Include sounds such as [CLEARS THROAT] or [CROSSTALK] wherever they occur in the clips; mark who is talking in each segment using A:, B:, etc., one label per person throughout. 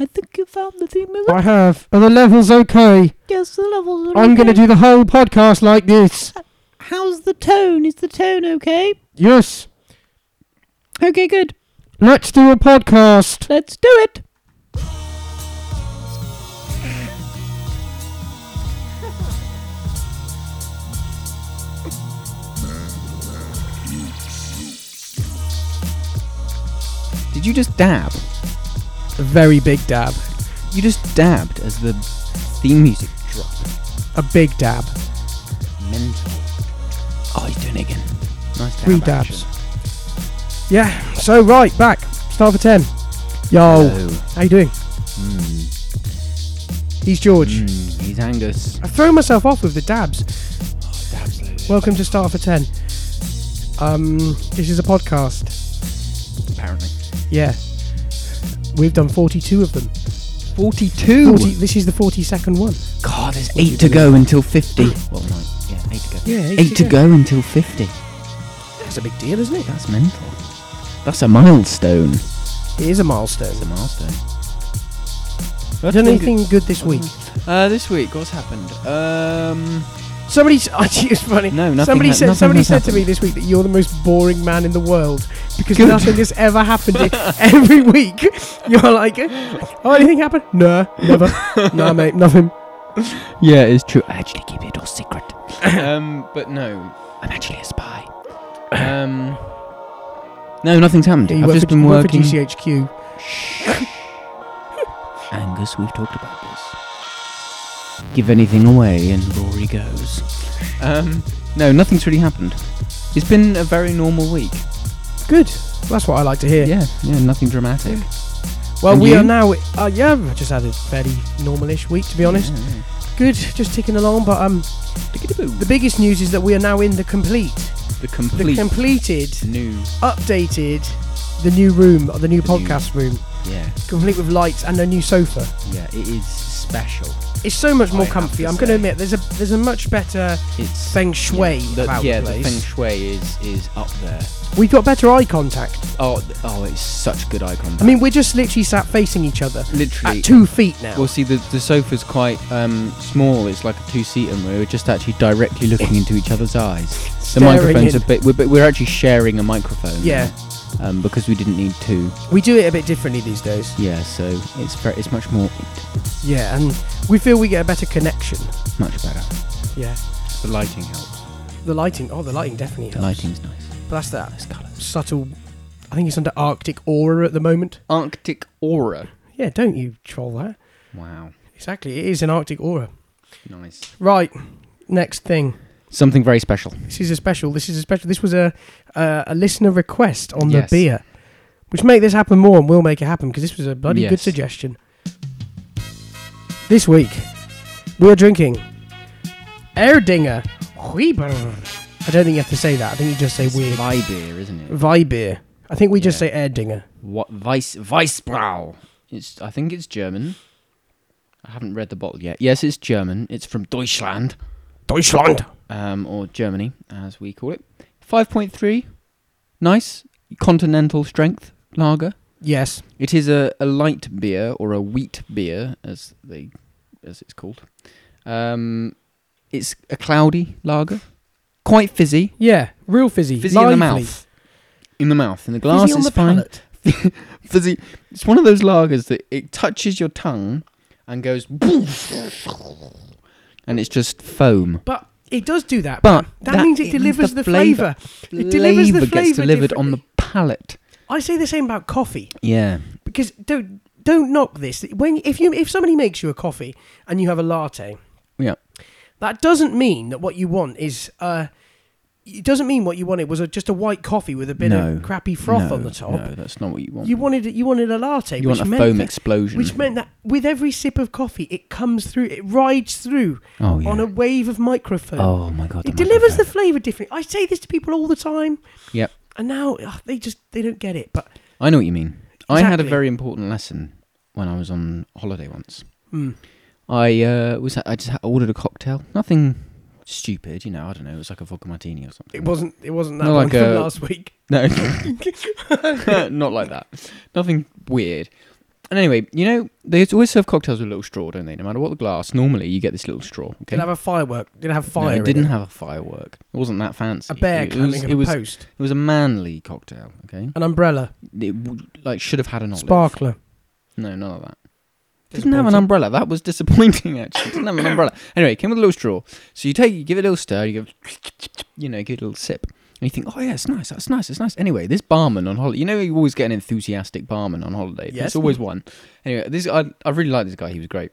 A: I think you found the theme music.
B: I have. Are the levels okay?
A: Yes, the levels are
B: I'm going to
A: okay.
B: do the whole podcast like this.
A: How's the tone? Is the tone okay?
B: Yes.
A: Okay, good.
B: Let's do a podcast.
A: Let's do it.
C: Did you just dab?
B: A very big dab.
C: You just dabbed as the theme music dropped.
B: A big dab.
C: Mental. Oh, he's doing it again. Nice dab
B: Three
C: action.
B: dabs. Yeah. So right back. Start for ten. Yo,
C: Hello.
B: how you doing?
C: Mm,
B: Hmm. He's George.
C: mm, he's Angus.
B: I've thrown myself off with the dabs.
C: Dabs loose.
B: Welcome to Start for Ten. Um, this is a podcast.
C: Apparently.
B: Yeah, we've done forty-two of them.
C: 42.
B: 40, this is the forty-second one.
C: God, there's
B: What do you
C: eight to
B: do
C: go until 50. well, no. Yeah, eight to go.
B: Yeah,
C: eight, to go. until 50.
B: That's a big deal, isn't it?
C: That's mental. That's a milestone.
B: It is a milestone.
C: That's a milestone.
B: Have you done anything good this week?
C: Uh, this week, what's happened? Um,
B: Somebody, s- [LAUGHS] actually, it's funny.
C: No, nothing
B: Somebody
C: ha-
B: said,
C: nothing
B: somebody
C: has
B: said to
C: happened.
B: me this week that you're the most boring man in the world because
C: Good.
B: nothing has ever happened.
C: [LAUGHS]
B: Every week, [LAUGHS] you're like, "Oh, anything happened? No, never.
C: [LAUGHS]
B: no, mate, nothing."
C: yeah, it's true. I actually keep it
B: [LAUGHS]
C: all secret. um, but no, I'm actually
B: [COUGHS]
C: a spy. Um, no, nothing's happened.
B: Yeah, you
C: I've
B: work
C: just
B: for,
C: been
B: you work
C: working.
B: for GCHQ.
C: Angus, we've talked about this. Give anything away and Rory goes. Um, no, nothing's really happened. It's been a very normal week.
B: Good. That's what I like to hear.
C: Yeah, yeah, nothing dramatic.
B: Well,
C: And
B: we
C: you?
B: are now. Uh, yeah, I just had a fairly normal-ish week, to be honest.
C: Yeah.
B: Good, just ticking along. But um,
C: Tickety-boo.
B: the biggest news is that we are now in the complete, the
C: The complete
B: completed,
C: new.
B: updated, the new room, the new
C: The new-
B: podcast room,
C: Yeah,
B: complete with lights and a new sofa.
C: yeah, it is special.
B: It's so much more
C: I have
B: comfy.
C: to
B: I'm going to
C: say.
B: admit, there's a there's a much better
C: It's
B: feng shui
C: Yeah, the,
B: about
C: yeah,
B: the
C: the
B: place.
C: feng shui is is up there.
B: We've got better eye contact.
C: Oh, th- oh, it's such good eye contact.
B: I mean, we're just literally sat facing each other
C: literally.
B: at two feet now.
C: well, see, the the sofa's quite um, small. It's like a two-seater, and we're just actually directly looking into each other's eyes. The
B: Staring
C: microphones
B: in.
C: a bit, we're, but we're actually sharing a microphone. now,
B: Yeah.
C: um, because we didn't need two.
B: We do it a bit differently these days.
C: Yeah, so it's very, it's much more,
B: Yeah, and we feel we get a better connection.
C: much better.
B: Yeah.
C: The lighting helps.
B: The lighting, oh, the lighting definitely
C: The
B: helps.
C: lighting's nice.
B: But that's that
C: Nice colours.
B: subtle. I think it's under Arctic aura at the moment.
C: Arctic aura.
B: Yeah, don't you troll that.
C: Wow.
B: Exactly, it is an Arctic aura.
C: Nice.
B: Right, next thing.
C: Something very special.
B: This is a special. This is a special. This was a uh, a listener request on
C: Yes.
B: the beer, which make this happen more and will make it happen because this was a bloody good
C: Yes.
B: suggestion. This week we are drinking Erdinger Huiber. I don't think you have to say that. I think you just say
C: It's
B: weird
C: Vi beer, isn't it?
B: Weibeer. I think we just
C: Yeah.
B: say Erdinger.
C: What Weiss Weissbrau. It's I think it's German. I haven't read the bottle yet. Yes, it's German. It's from Deutschland,
B: Deutschland.
C: um, or Germany as we call it. Five point three, nice continental strength lager.
B: Yes.
C: It is a, a light beer or a wheat beer, as they as it's called. Um, it's a cloudy lager, quite fizzy,
B: Yeah. Real fizzy.
C: fizzy
B: Lively.
C: in the mouth, in the mouth, in the glass
B: Fizzy on
C: is
B: the
C: fine. [LAUGHS]
B: palate.
C: fizzy. It's one of those lagers that it touches your tongue and goes, [LAUGHS] and it's just foam.
B: But it does do that.
C: But
B: that, means it delivers the flavour. It delivers the
C: Flavour gets
B: flavour
C: delivered on the palate.
B: I say the same about coffee.
C: Yeah,
B: because don't don't knock this. When if you if somebody makes you a coffee and you have a latte,
C: yeah,
B: that doesn't mean that what you want is uh, it doesn't mean what you wanted was a, just a white coffee with a bit
C: No.
B: of crappy froth
C: No,
B: on the top.
C: No, that's not what you want.
B: You wanted you wanted a latte,
C: You
B: which
C: want a
B: meant
C: foam
B: that,
C: explosion.
B: which meant that with every sip of coffee, it comes through, it rides through
C: oh yeah.
B: on a wave of microphone.
C: oh my god.
B: it delivers the flavour differently. I say this to people all the time,
C: Yep,
B: and now ugh, they just they don't get it. But
C: I know what you mean. I had a
B: Exactly.
C: very important lesson when I was on holiday once.
B: mm,
C: I uh, was I just ordered a cocktail. Nothing stupid, you know. I don't know. It was like a vodka martini or something.
B: it wasn't it wasn't that
C: Not
B: one
C: like uh,
B: from [LAUGHS]
C: a- [LAUGHS]
B: last week.
C: No, not like that. Nothing weird. And anyway, you know, they always serve cocktails with a little straw, don't they? No matter what the glass, normally you get this little straw. Okay.
B: Didn't have a firework. Didn't have
C: No,
B: fire.
C: it didn't
B: in it.
C: have a firework. It wasn't that fancy.
B: a bear
C: It- it,
B: climbing
C: was,
B: up
C: it was
B: a post.
C: it was a manly cocktail. Okay.
B: An umbrella.
C: It w- like should have had an olive.
B: Sparkler.
C: No, none of that. Didn't have an umbrella. That was disappointing. Actually, didn't have an umbrella. Anyway, it came with a little straw. So you take, you give it a little stir. You go, you know, give it a little sip, and you think, oh yeah, it's nice. That's nice. It's nice. Anyway, this barman on holiday. You know, you always get an enthusiastic barman on holiday.
B: Yes.
C: It's always one. Anyway, this I I really like this guy. He was great.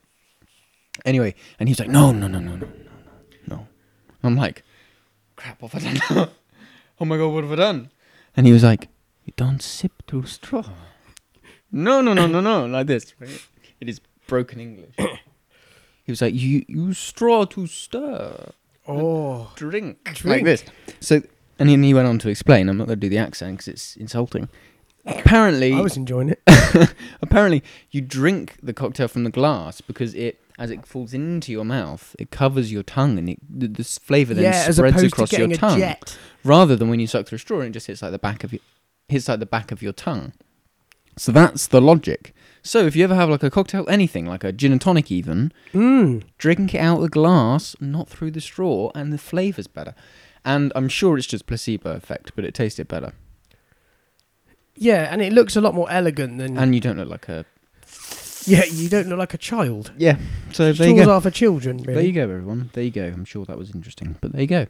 C: Anyway, and he was like, no, no, no, no, no, no, no. I'm like, crap. What have I done? [LAUGHS] now? oh my god, what have I done? And he was like, you don't sip through straw. No, no, no, no, no. Like this. right? It is broken English. he was like, you use straw to stir
B: Oh.
C: drink,
B: Drink.
C: like this. So, and then he went on to explain. I'm not going to do the accent because it's insulting. Apparently,
B: I was enjoying it.
C: apparently, you drink the cocktail from the glass because it, as it falls into your mouth, it covers your tongue and it, the, the flavor then
B: yeah, as
C: spreads
B: opposed to
C: across your
B: getting a
C: tongue.
B: jet.
C: Rather than when you suck through a straw and it just hits like the back of your, hits like the back of your tongue. So that's the logic. So if you ever have like a cocktail, anything like a gin and tonic, even
B: Mm.
C: drink it out of the glass, not through the straw, and the flavour's better. And I'm sure it's just placebo effect, but it tasted better.
B: Yeah, and it looks a lot more elegant than.
C: And you don't look like a
B: yeah, you don't look like a child.
C: yeah. So there
B: Straws
C: you go.
B: are for children, really.
C: There you go, everyone. There you go. I'm sure that was interesting, but there you go.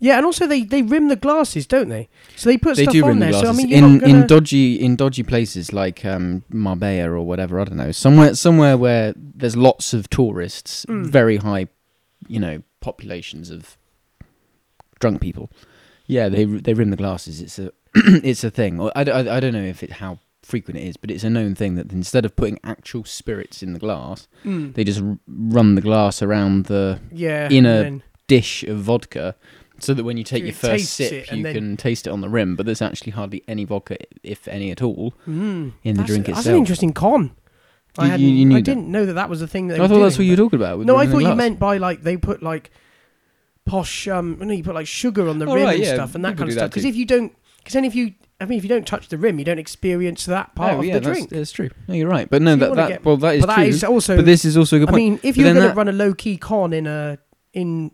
B: Yeah, and also they, they rim the glasses, don't they? So they put
C: They
B: stuff
C: do
B: on
C: ring the
B: there.
C: glasses
B: So I mean, you're
C: in
B: not gonna...
C: in dodgy in dodgy places like um, Marbella or whatever. I don't know somewhere somewhere where there's lots of tourists,
B: Mm.
C: very high, you know, populations of drunk people. Yeah, they they rim the glasses. It's a [CLEARS THROAT] it's a thing. Or I, d- I- I don't know if it how frequent it is, but it's a known thing that instead of putting actual spirits in the glass,
B: Mm.
C: they just r- run the glass around the
B: yeah, and
C: in a-
B: then-
C: dish of vodka. So that when you take
B: So
C: your
B: it
C: first
B: tastes
C: sip,
B: it and
C: you
B: then-
C: can taste it on the rim, but there's actually hardly any vodka, if any at all.
B: Mm.
C: in the
B: That's-
C: drink
B: That's an
C: itself.
B: interesting con. I,
C: You- you-
B: hadn't-
C: you knew
B: I
C: that.
B: didn't know that that was the thing that.
C: I
B: They
C: thought
B: were doing,
C: that's what you were talking about. with
B: No, I
C: lemon
B: thought you
C: glass.
B: meant by like they put like posh. Um, no, you put like sugar on the
C: Oh,
B: rim
C: right,
B: and
C: yeah,
B: stuff and that
C: people
B: kind of
C: do that
B: stuff. Because
C: too.
B: if you don't, because then if you, I mean, if you don't touch the rim, you don't experience that part
C: Oh,
B: of
C: yeah,
B: the
C: that's,
B: drink.
C: That's true. No, you're right. But
B: So
C: no,
B: you
C: that,
B: wanna
C: that
B: get-
C: well, that is
B: but that
C: true.
B: is also.
C: but this is also a good
B: I
C: point.
B: mean, if
C: But
B: you're
C: then
B: going to
C: that-
B: run a low key con in a in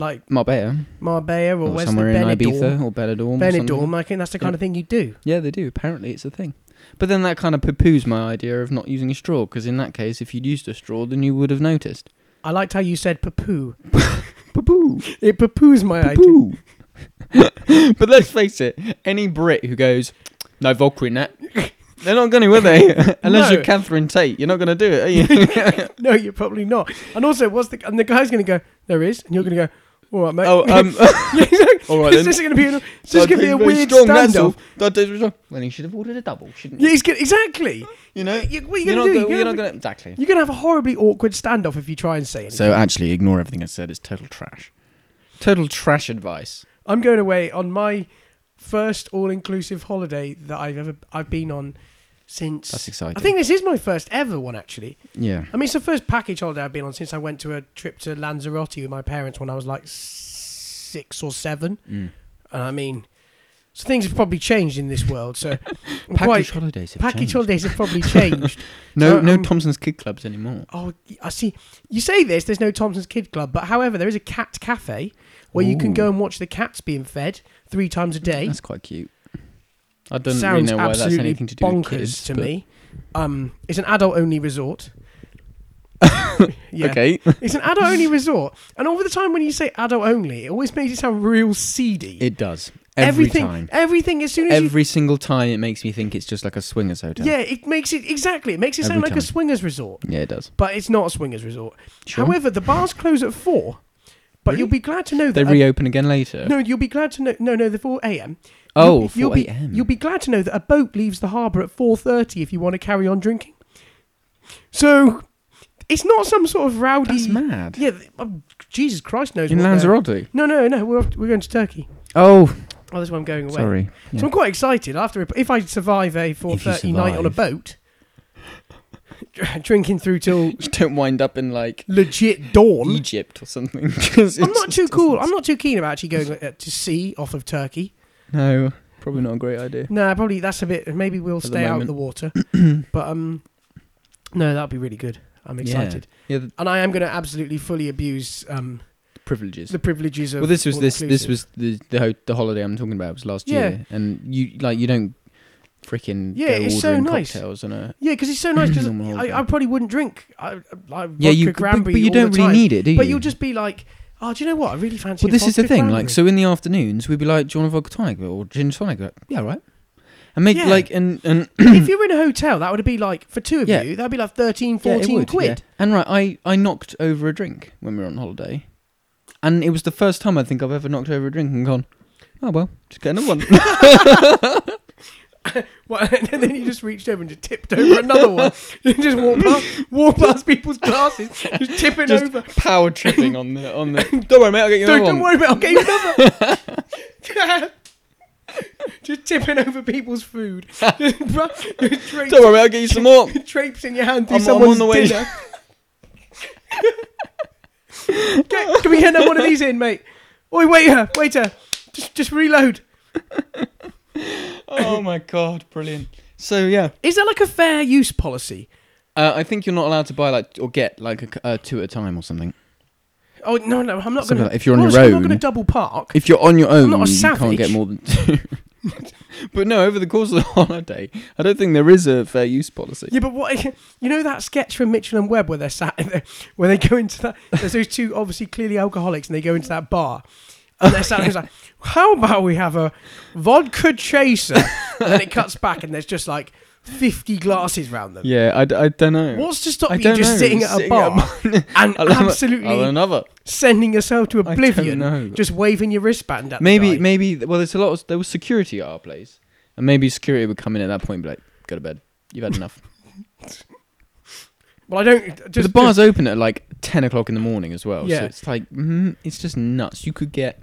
B: like
C: Marbella
B: Marbella or,
C: or,
B: where's the
C: somewhere in Ibiza
B: Benidorm,
C: or Benidorm. or something.
B: Benidorm, I think that's the kind
C: Yeah.
B: of thing you do.
C: Yeah, they do. Apparently, it's a thing. But then that kind of poo-poos my idea of not using a straw, because in that case, if you'd used a straw, then you would have noticed.
B: I liked how you said poo.
C: Poo-poo.
B: It poo-poos my idea.
C: Poo. [LAUGHS] but let's face it, any Brit who goes, no vodka
B: [LAUGHS]
C: in that, they're not going to, are they? Unless
B: No.
C: you're Catherine Tate, you're not going to do it, are you?
B: [LAUGHS] [LAUGHS] No, you're probably not. And also, what's the and the guy's going to go? There is, and you're going to go. All right, mate. [LAUGHS]
C: oh, um, all right
B: it's
C: [LAUGHS] then.
B: just going to be an, it's just going to be a weird
C: that's all.
B: standoff.
C: That tastes very strong. Then he should have ordered a double, shouldn't
B: Yeah,
C: he?
B: he's gonna, exactly.
C: You know,
B: You- what are you
C: you're not
B: going to do?
C: gonna-
B: You're going
C: you're not
B: to
C: gonna exactly.
B: you're gonna have a horribly awkward standoff if you try and say anything.
C: So uh, actually, ignore everything I said. It's total trash. Total trash advice.
B: I'm going away on my first all-inclusive holiday that I've ever I've been on since.
C: That's exciting.
B: I think this is my first ever one actually.
C: Yeah.
B: I mean, it's the first package holiday I've been on since I went to a trip to Lanzarote with my parents when I was like six or seven.
C: Mm.
B: And I mean, so things have probably changed in this world. So
C: [LAUGHS]
B: I'm quite-
C: Package holidays. Have
B: package
C: changed.
B: holidays have probably changed.
C: No,
B: so,
C: no
B: um,
C: Thompson's Kid Clubs anymore.
B: oh, I see. You say this. There's no Thompson's Kid Club, but however, there is a cat cafe where you can
C: Ooh.
B: go and watch the cats being fed three times a day.
C: That's quite cute. I don't really
B: Sounds
C: know why that's
B: absolutely
C: anything to do
B: bonkers
C: with kids.
B: to
C: but-
B: me. Um, it's an adult-only
C: [LAUGHS]
B: resort. yeah.
C: Okay.
B: It's an adult only resort. And all the time when you say adult only, it always makes it sound real seedy.
C: It does every
B: everything,
C: time.
B: Everything, as soon as
C: Every single time, it makes me think it's just like a swingers
B: you.
C: hotel.
B: Yeah, it makes it. Exactly. It makes it sound
C: Every
B: like a
C: time.
B: swingers resort.
C: Yeah, it does.
B: But it's not a swingers resort.
C: Sure.
B: However, the bars close at four. But
C: Really?
B: you'll be glad to know
C: they
B: that.
C: reopen again later.
B: no, you'll be glad to know. No, no, the 4 a.m.
C: oh,
B: you'll, you'll
C: 4
B: be,
C: a.m.
B: You'll be glad to know that a boat leaves the harbour at 4.30 if you want to carry on drinking. So, it's not some sort of rowdy...
C: That's mad.
B: Yeah, th- um, Jesus Christ knows
C: In
B: what they're-
C: Lanzarote.
B: No, no, no. We're off, we're going to Turkey.
C: Oh,
B: Oh, that's why I'm going away.
C: sorry.
B: So I'm quite excited. After if I survive a 4:30 night on a
C: survive.
B: boat, [LAUGHS] dr- drinking through till [LAUGHS]
C: Just [LAUGHS] don't wind up in like
B: legit dawn.
C: Egypt or something. [LAUGHS] 'cause
B: I'm
C: it's
B: not too
C: just-
B: cool. I'm not too keen about actually going uh, to sea off of Turkey.
C: No, probably not a great idea.
B: No, probably that's a bit. Maybe we'll
C: the [CLEARS THROAT]
B: stay out of
C: moment.
B: the water. but um, No, that'd be really good. I'm excited,
C: Yeah, the
B: and I am going to absolutely fully abuse um,
C: privileges.
B: the privileges of.
C: well, this was
B: all
C: this this
B: inclusive.
C: was the the, ho- the holiday I'm talking about. It was last
B: Yeah.
C: year, and you like you don't freaking
B: Yeah,
C: Go
B: it's so
C: ordering
B: nice.
C: cocktails and a
B: Yeah, because it's so nice. Because
C: [CLEARS THROAT] Normal holiday.
B: I, I probably wouldn't drink. I, I, I
C: yeah you
B: vodka
C: but, but
B: Granby
C: you
B: all
C: don't
B: the
C: really
B: time.
C: need it, do you?
B: But you'll just be like, oh, do you know what? I really fancy.
C: Well,
B: a
C: this is the
B: vodka
C: thing.
B: Granby."
C: Like, so in the afternoons, we'd be like, "Do you want a vodka tonic or gin tonic?" Like, yeah, right. And make
B: Yeah.
C: like and and
B: [CLEARS THROAT] if you were in a hotel, that would be like for two of
C: Yeah.
B: you, that'd be like 13,
C: [CLEARS THROAT] Yeah, it
B: 14
C: would,
B: quid.
C: yeah. And right, I I knocked over a drink when we were on holiday, and it was the first time I think I've ever knocked over a drink and gone, "Oh well, just
B: [LAUGHS]
C: get another one." [LAUGHS]
B: Well, [LAUGHS] and then you just reached over and just tipped over another one. [LAUGHS] You just walk
C: [LAUGHS]
B: past, walk past people's glasses, just tipping
C: Just
B: over.
C: power tripping on the
B: [LAUGHS]
C: on the. Don't worry, mate. I'll get you
B: Don't,
C: another
B: don't worry
C: one.
B: about it, I'll get you
C: [LAUGHS]
B: another. just tipping over people's food. Just bru- just traipse-
C: Don't worry, mate. I'll get you some
B: [LAUGHS]
C: more.
B: traipse in your hand through
C: I'm- I'm on
B: someone's
C: the way.
B: dinner. [LAUGHS] Get- can we get another one of these in, mate? Oi, waiter, waiter, just just reload.
C: oh my god, brilliant. So yeah,
B: Is that like a fair use policy?
C: uh, I think you're not allowed to buy like or get like a c uh, two at a time or something.
B: Oh no, no, I'm not
C: Something
B: going
C: like- if you're on your
B: I'm not
C: own.
B: going to double park.
C: If you're on your own,
B: not a
C: you can't
B: savage.
C: get more than two. [LAUGHS] but no, over the course of the [LAUGHS] holiday, I don't think there is a fair use policy.
B: Yeah, but what [LAUGHS] you know that sketch from Mitchell and Webb where they're sat in there, where they go into that. There's those two obviously clearly alcoholics, and they go into that bar, and they're sat there it's like, "How about we have a vodka chaser?" And then it cuts back, and there's just like fifty glasses round them.
C: Yeah, I, d- I don't know.
B: What's to stop
C: I
B: you
C: don't
B: just
C: know, uh,
B: sitting at a
C: sitting [LAUGHS]
B: bar
C: at
B: and
C: I'll have a-
B: absolutely
C: I'll have another.
B: sending yourself to
C: don't
B: oblivion,
C: know.
B: just waving your wristband at the
C: Maybe,
B: guy?
C: maybe. Well, there's a lot. Of, there was security at our place, and maybe security would come in at that point, and be like, "Go to bed. You've had enough."
B: Well, I don't.
C: But
B: Just,
C: the bars open at like ten o'clock in the morning as well.
B: Yeah.
C: So it's like, mm, it's just nuts. You could get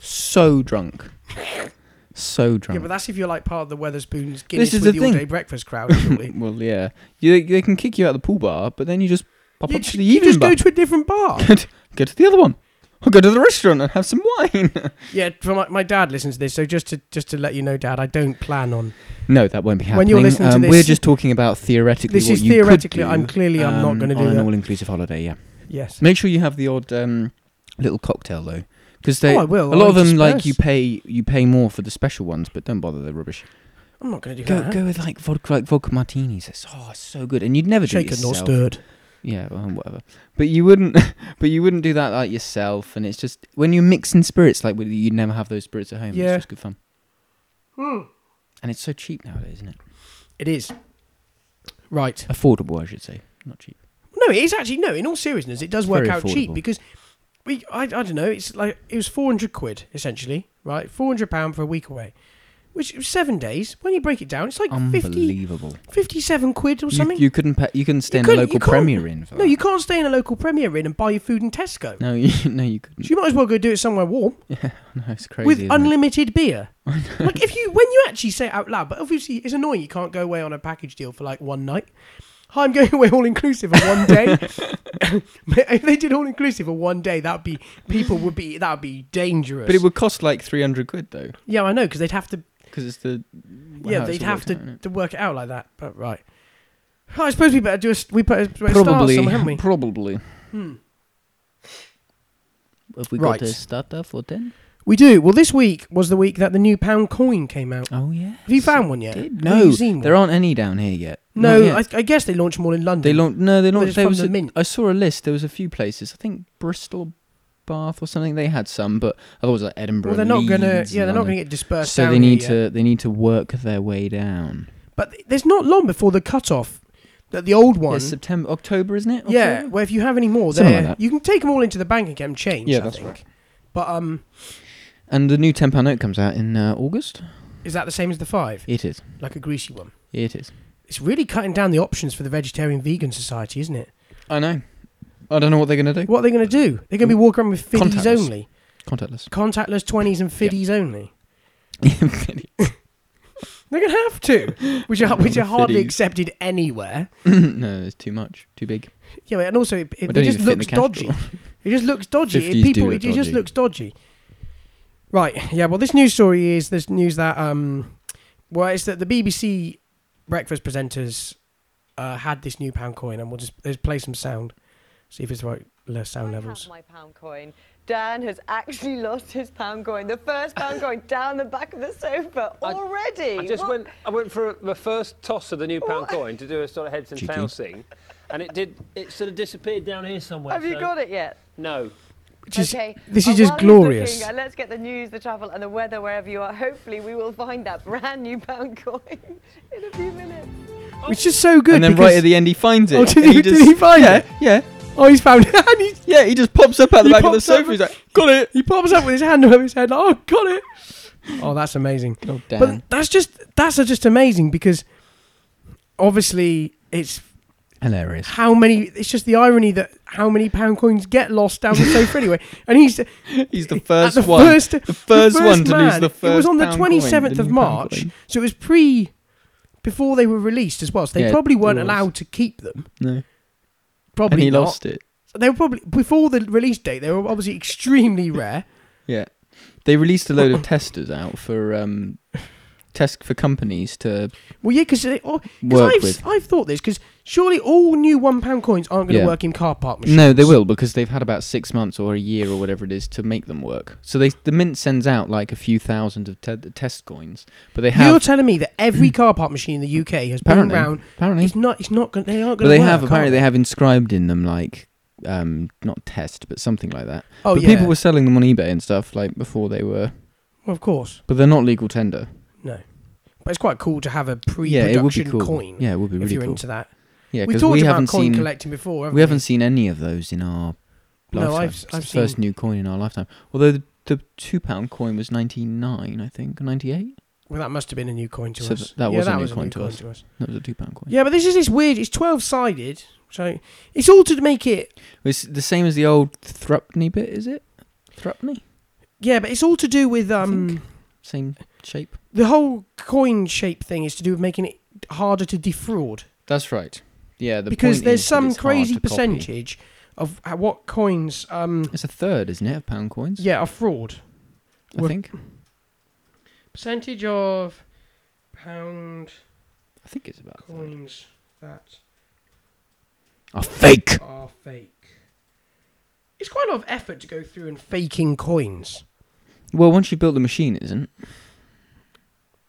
C: so drunk, so
B: just- yeah,
C: drunk.
B: but that's if you're like part of the Weatherspoons Guinness
C: is
B: with the
C: the thing.
B: all-day breakfast crowd. surely.
C: well, yeah. You, they can kick you out of the pool bar, but then you just [LAUGHS] pop
B: You
C: up
B: ju-
C: to the
B: you
C: evening
B: just
C: bar.
B: go to a different bar.
C: go to the other one. Or go to the restaurant and have some wine. [LAUGHS]
B: Yeah, for my, my dad listens to this, so just to just to let you know, Dad, I don't plan on
C: no, that won't be happening.
B: When you're listening to
C: um,
B: this-
C: we're just talking about theoretically.
B: this
C: what
B: is
C: you could
B: theoretically.
C: do,
B: I'm clearly I'm not
C: um,
B: going to
C: on
B: do
C: an
B: that.
C: all-inclusive holiday. Yeah,
B: yes.
C: make sure you have the odd um, little cocktail though, because they
B: oh, I will.
C: a lot
B: I'll
C: of them like
B: disperse.
C: you pay you pay more for the special ones, but don't bother the rubbish.
B: I'm not going to do
C: Go
B: that.
C: go with like vodka like vodka martinis. It's oh it's so good, and you'd never do it
B: Shaken nor
C: yourself.
B: stirred.
C: Yeah, well, whatever. But you wouldn't, [LAUGHS] but you wouldn't do that like yourself. And it's just when you're mixing spirits, like you'd never have those spirits at home.
B: Yeah.
C: it's just good fun.
B: Hmm.
C: And it's so cheap nowadays, isn't it?
B: It is. Right.
C: Affordable, I should say, not cheap.
B: No, it is actually no. In all seriousness, it does work
C: Very
B: out cheap
C: affordable.
B: because we. I, I don't know. It's like it was 400 quid essentially, right? 400 pound for a week away, which was seven days. When you break it down, it's like 50,
C: Unbelievable.
B: 57 quid or
C: You-
B: something.
C: You, couldn't pay, you couldn't stay in a
B: couldn't- you
C: local
B: can't-
C: premier inn for
B: no,
C: that.
B: you can't stay in a local Premier Inn and buy your food in Tesco.
C: no, [LAUGHS] you, no, you couldn't.
B: So you might as well go do it somewhere warm.
C: Yeah, no, it's crazy.
B: with
C: isn't it?
B: unlimited beer.
C: [LAUGHS]
B: like if you when you actually say it out loud, but obviously it's annoying you can't go away on a package deal for like one night. Hi, I'm going [LAUGHS] away all inclusive on one day. [LAUGHS] if they did all inclusive on one day, that'd be people would be that'd be dangerous.
C: but it would cost like three hundred quid though,
B: yeah, I know because they'd have to
C: because it's the
B: yeah
C: wow, it's
B: they'd
C: all
B: have
C: worked
B: to,
C: out, isn't it?
B: to work it out like that. But right, Oh, I suppose we better do a we better, better start
C: probably
B: somewhere, haven't we?
C: probably.
B: Hmm.
C: Have we
B: got Right.
C: got
B: a
C: a starter for ten?
B: We do. Well, this week was the week that the new pound coin came out.
C: Oh yeah.
B: Have you found one yet? Have you
C: No,
B: seen
C: there
B: one?
C: aren't any down here yet. Not
B: No,
C: yet.
B: I, I guess they launched them all in London.
C: they launched. No, they
B: just
C: launched. There
B: from
C: was
B: the
C: a-
B: mint.
C: I saw a list. There was a few places. I think Bristol, Bath, or something. They had some, but otherwise like Edinburgh.
B: Well, they're not gonna.
C: Leeds
B: Yeah,
C: and
B: they're not gonna
C: London.
B: get dispersed.
C: So
B: down
C: they need
B: here yet.
C: to. They need to work their way down.
B: But th- there's not long before the cutoff. That the old
C: Yeah,
B: one.
C: September, October, isn't it?
B: yeah,
C: October?
B: where if you have any more,
C: Something
B: there
C: like that.
B: you can take them all into the bank and get them changed.
C: Yeah,
B: I
C: that's
B: think. But um,
C: And the new ten pound note comes out in uh, August.
B: is that the same as the five?
C: It is.
B: Like a greasy one.
C: It is.
B: It's really cutting down the options for the vegetarian vegan society, isn't it?
C: I know. I don't know what they're gonna do.
B: What are they going to do? They're going to be walking around with fiddies
C: Mm. Contactless.
B: only, [LAUGHS]
C: Contactless.
B: contactless twenties and fiddies only. They're going to have to, which are which are hardly
C: [LAUGHS] Fiddies.
B: accepted anywhere.
C: [LAUGHS] no, it's too much. Too big.
B: Yeah, and also it,
C: I
B: it,
C: don't
B: just
C: even fit in
B: looks
C: the cash
B: dodgy. It just looks dodgy. It,
C: 50s do
B: people, it,
C: look
B: it just
C: dodgy.
B: looks dodgy. Right. Yeah. Well, this news story is this news that um, well, it's that the BBC breakfast presenters uh, had this new pound coin, and we'll just let's play some sound, see if it's the right le- sound
D: I have
B: levels.
D: my pound coin. Dan has actually lost his pound coin. The
B: [LAUGHS]
D: first pound coin down the back of the sofa already.
E: I just
D: What-
E: went. I went for the first toss of the new pound coin to do a sort of heads and
C: Cheeky.
E: tails thing, and it did. It sort of disappeared down here somewhere.
D: Have you
E: so-
D: got it yet?
E: No.
B: Which is-
D: okay.
B: This
D: uh,
B: is just
D: while he's
B: glorious.
D: Looking, uh, let's get the news, the travel, and the weather wherever you are. Hopefully, we will find that brand new pound coin [LAUGHS] in a few minutes.
B: Which is so good.
C: and then right
B: because-
C: at the end, he finds it.
B: Oh, did
C: and
B: he- did he find
C: yeah,
B: it?
C: Yeah,
B: oh, he's found [LAUGHS] it. and he's-
C: yeah. He just pops up out the
B: He
C: back of the
B: pops up
C: sofa. He's
B: and-
C: like, "Got it."
B: he pops up with his hand over his head. Like, oh, got it. Oh, that's amazing.
C: Oh,
B: But that's just that's just amazing because obviously it's
C: hilarious.
B: how many. It's just the irony that how many pound coins get lost down the sofa anyway. And he's
C: [LAUGHS] [LAUGHS] He's the
B: at
C: first
B: the
C: one.
B: first-
C: the first,
B: the
C: one to lose
B: man.
C: the first.
B: It was on the
C: pound coin, the
B: 27th of
C: new pound
B: March,
C: coin.
B: so it was pre, before they were released as well. So they
C: Yeah,
B: probably
C: it
B: weren't
C: was.
B: allowed to keep them.
C: No,
B: Probably
C: and he
B: not.
C: lost it.
B: They were probably before the release date. They were obviously extremely [LAUGHS] rare.
C: Yeah, they released a load
B: [LAUGHS]
C: of testers out for um, test for companies to
B: Well, yeah, because oh, 'cause
C: Work
B: I've
C: with.
B: I've thought this because surely all new one pound coins aren't going to
C: Yeah.
B: work in car park machines.
C: No, they will because they've had about six months or a year or whatever it is to make them work. So they the mint sends out like a few thousand of te- test coins, but they
B: You're
C: have
B: telling me that
C: [CLEARS THROAT]
B: every car park machine in the UK has
C: apparently
B: been around.
C: apparently,
B: It's not. It's not. Gonna, they aren't
C: but
B: going to.
C: they have apparently they have inscribed in them like um not test but something like that.
B: Oh
C: but
B: yeah.
C: people were selling them on eBay and stuff like before they were,
B: well, of course.
C: but they're not legal tender.
B: No. But it's quite cool to have a
C: Yeah,
B: pre-production
C: it would be cool.
B: coin.
C: Yeah, it would be
B: if
C: really
B: you're
C: cool.
B: into that.
C: yeah,
B: we
C: because
B: talked
C: we,
B: about
C: haven't
B: coin
C: seen
B: collecting before. Haven't
C: we haven't seen any of those in our
B: No,
C: lifetime.
B: I've-
C: It's
B: I've
C: the first
B: seen-
C: new coin in our lifetime. Although the, the two pound coin was ninety nine, I think, ninety eight.
B: Well, that must have been a new coin to
C: So
B: us.
C: th- that
B: yeah,
C: was a
B: that
C: new
B: was
C: coin
B: a new
C: to
B: coin
C: us.
B: to us.
C: That was a two pound coin.
B: Yeah, but this is this weird. It's twelve sided, so it's all to make it.
C: It's the same as the old Thrupney bit, is it? Thrupney?
B: Yeah, but it's all to do with
C: I
B: um
C: think. Same shape.
B: the whole coin shape thing is to do with making it harder to defraud
C: That's right. Yeah, the
B: because
C: point
B: there's
C: is that
B: some
C: it's hard
B: crazy
C: to copy.
B: percentage of uh, what coins um
C: It's a third, isn't it, of pound coins?
B: yeah are fraud
C: I
B: we're-
C: think.
B: percentage of pound
C: I think it's about. a third.
B: coins that
C: A fake.
B: are fake. It's quite a lot of effort to go through and faking coins.
C: Well, once you built the machine, it isn't.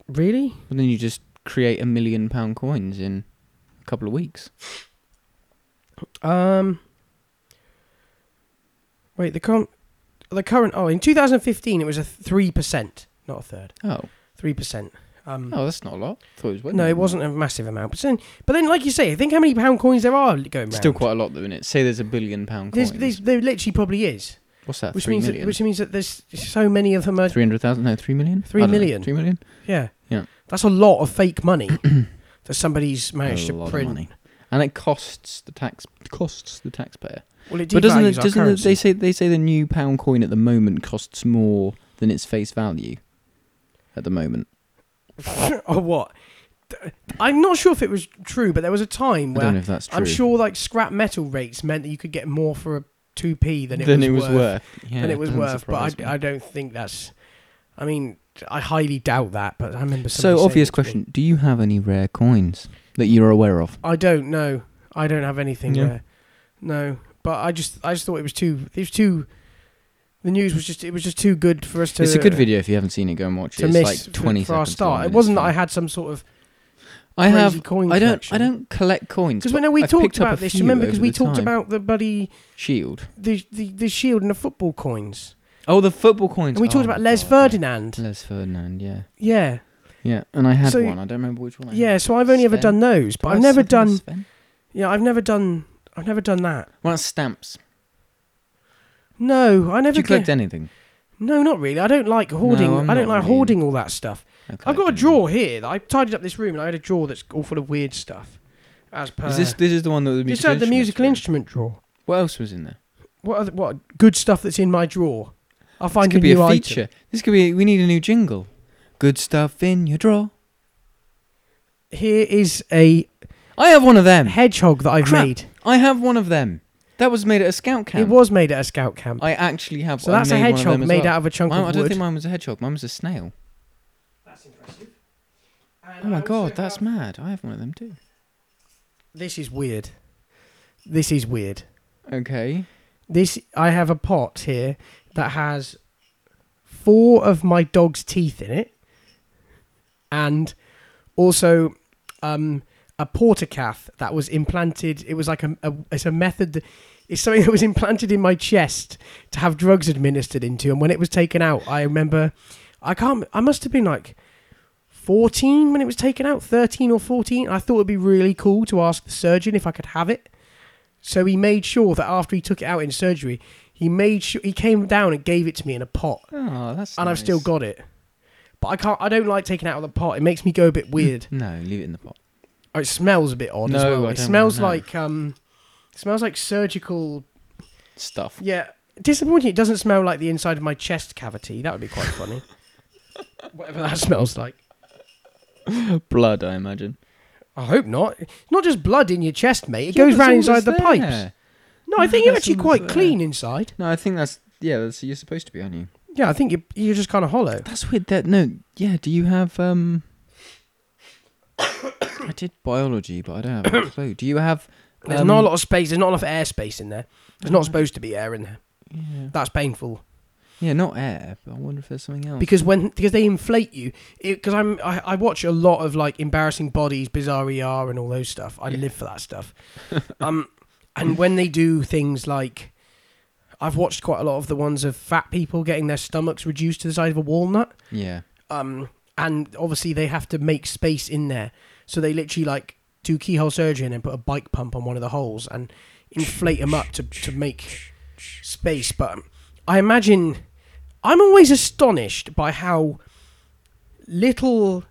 B: Really?
C: Well, then you just create a million pound coins in a couple of weeks.
B: Um. Wait, the current, the current. Oh, in 2015, it was a three percent, not a third,
C: Oh,
B: three percent. Um,
C: oh, that's not a lot. thought it was. way
B: no,
C: more
B: it
C: than
B: wasn't a massive amount. But then, but then, like you say, think how many pound coins there are going
C: that.
B: round.
C: Still quite a lot, though, isn't it? Say there's a billion pound
B: There's,
C: coins.
B: there's, there literally probably is,
C: What's that?
B: which
C: three
B: means
C: million?
B: that, which means that there's so many of them are.
C: Three hundred thousand? No, three million.
B: Three
C: I don't know,
B: million.
C: Three million.
B: Yeah,
C: Yeah.
B: That's a lot of fake
C: [CLEARS THROAT]
B: money that somebody's managed
C: a
B: to
C: lot
B: print.
C: of money, and it costs the tax costs the taxpayer.
B: Well, it
C: but doesn't
B: devalues
C: it,
B: our
C: doesn't it, they
B: currency.
C: say they say the new pound coin at the moment costs more than its face value? At the moment,
B: [LAUGHS] or what? Th- I'm not sure if it was true, but there was a time
C: I don't know
B: where
C: if that's true.
B: I'm sure like scrap metal rates meant that you could get more for a two p than it was worth.
C: Yeah,
B: than it was
C: doesn't
B: worth,
C: surprise
B: but
C: me.
B: I, I don't think that's. I mean, I highly doubt that. But I remember. somebody
C: so
B: saying
C: obvious
B: it to me.
C: question: Do you have any rare coins that you're aware of?
B: I don't know. I don't have anything
C: Yeah.
B: there. No, but I just I just thought it was too. It was too. The news was just it was just too good for us to.
C: it's a good video if you haven't seen it. Go and watch it.
B: to
C: It's
B: miss
C: like
B: for-
C: twenty
B: for our
C: seconds
B: start.
C: long
B: It
C: and
B: wasn't
C: it's
B: that I
C: fun.
B: had some sort of
C: I have.
B: crazy coin
C: I don't. I
B: collection.
C: don't collect coins.
B: Because
C: but
B: when we
C: I've
B: talked
C: picked up a
B: about this,
C: few
B: remember?
C: over
B: Because we
C: the
B: talked
C: time.
B: about the buddy,
C: Shield.
B: the, the the shield and the football coins,
C: Oh, the football coins.
B: and we
C: Oh
B: talked
C: my
B: about Les
C: God, yeah.
B: Ferdinand.
C: Les Ferdinand. Yeah.
B: Yeah,
C: Yeah, and I had
B: So-
C: one. I don't remember which one. I
B: yeah.
C: Had.
B: So I've only ever done
C: Sven.
B: those, but
C: Did I
B: I've never
C: send it
B: done.
C: to Sven?
B: Yeah, I've never done. I've never done that.
C: Well, that's stamps.
B: No, I never.
C: Do you
B: get-
C: collect anything?
B: no, not really. I don't like hoarding.
C: No, I'm
B: I don't
C: not
B: like
C: really.
B: hoarding all that stuff.
C: I
B: I've
C: collect
B: got a
C: anything.
B: drawer here. That I tidied up this room, and I had a drawer that's all full of weird stuff. As per
C: Is this this is the one that the
B: uh, just
C: musical
B: had the
C: instruments
B: musical
C: were in?
B: instrument drawer.
C: What else was in there?
B: What other, what good stuff that's in my drawer? I'll
C: This
B: find
C: could
B: a
C: be
B: new
C: a
B: item.
C: feature. This could be. We need a new jingle. Good stuff in your drawer.
B: Here is a
C: I have one of them.
B: hedgehog that I've
C: Crap.
B: made.
C: I have one of them. That was made at a scout camp.
B: It was made at a scout camp.
C: I actually have.
B: so
C: I
B: that's a
C: made one of
B: hedgehog
C: them as
B: made
C: well.
B: out of a chunk
C: Mine- I
B: of
C: don't
B: wood.
C: think mine was a hedgehog. Mine was a snail.
B: That's impressive.
C: Oh my god, that's mad. I have one of them too.
B: This is weird. This is weird.
C: Okay.
B: This I have a pot here that has four of my dog's teeth in it, and also um, a portacath that was implanted. It was like a, a it's a method. It's something [LAUGHS] that was implanted in my chest to have drugs administered into, and when it was taken out, I remember I can't. I must have been like. 14 when it was taken out 13 or 14 i thought it'd be really cool to ask the surgeon if i could have it so he made sure that after he took it out in surgery, he made sure he came down and gave it to me in a pot,
C: Oh, that's.
B: and I've still
C: nice.
B: got it. But I can't. I don't like taking it out of the pot. It makes me go a bit
C: [LAUGHS]
B: weird.
C: No, leave it in the pot.
B: Oh, it smells a bit odd as
C: No,
B: well.
C: I
B: it
C: don't
B: smells
C: know.
B: like um, it smells like surgical.
C: Stuff.
B: Yeah, disappointing. It doesn't smell like the inside of my chest cavity. That would be quite
C: [LAUGHS]
B: funny. Whatever that smells like.
C: Blood, I imagine.
B: I hope not. It's not just blood in your chest, mate. It goes round inside the pipes. No, I think you're
C: That's
B: actually
C: all
B: quite
C: that's there.
B: clean inside.
C: No, I think that's yeah. That's you're supposed to be, aren't you?
B: Yeah, I think you're, you're just kind of hollow.
C: That's weird. That no, yeah. Do you have um? [COUGHS] I did biology, but I
B: [COUGHS]
C: don't have a clue. Do you have?
B: There's
C: um, Mm.
B: not a lot of space. There's not enough air space in there. There's not supposed to be air in there.
C: Yeah,
B: That's painful
C: yeah not air. But I wonder if there's something else.
B: because when because they inflate you. Because I'm I, I watch a lot of like embarrassing bodies, bizarre ER, and all those stuff. I
C: Yeah.
B: live for that
C: [LAUGHS]
B: stuff. um, and when they do things like, I've watched quite a lot of the ones of fat people getting their stomachs reduced to the size of a walnut.
C: yeah,
B: um, and obviously they have to make space in there, so they literally like do keyhole surgery and then put a bike pump on one of the holes and inflate them up to to make space. But um, I imagine I'm always astonished by how little,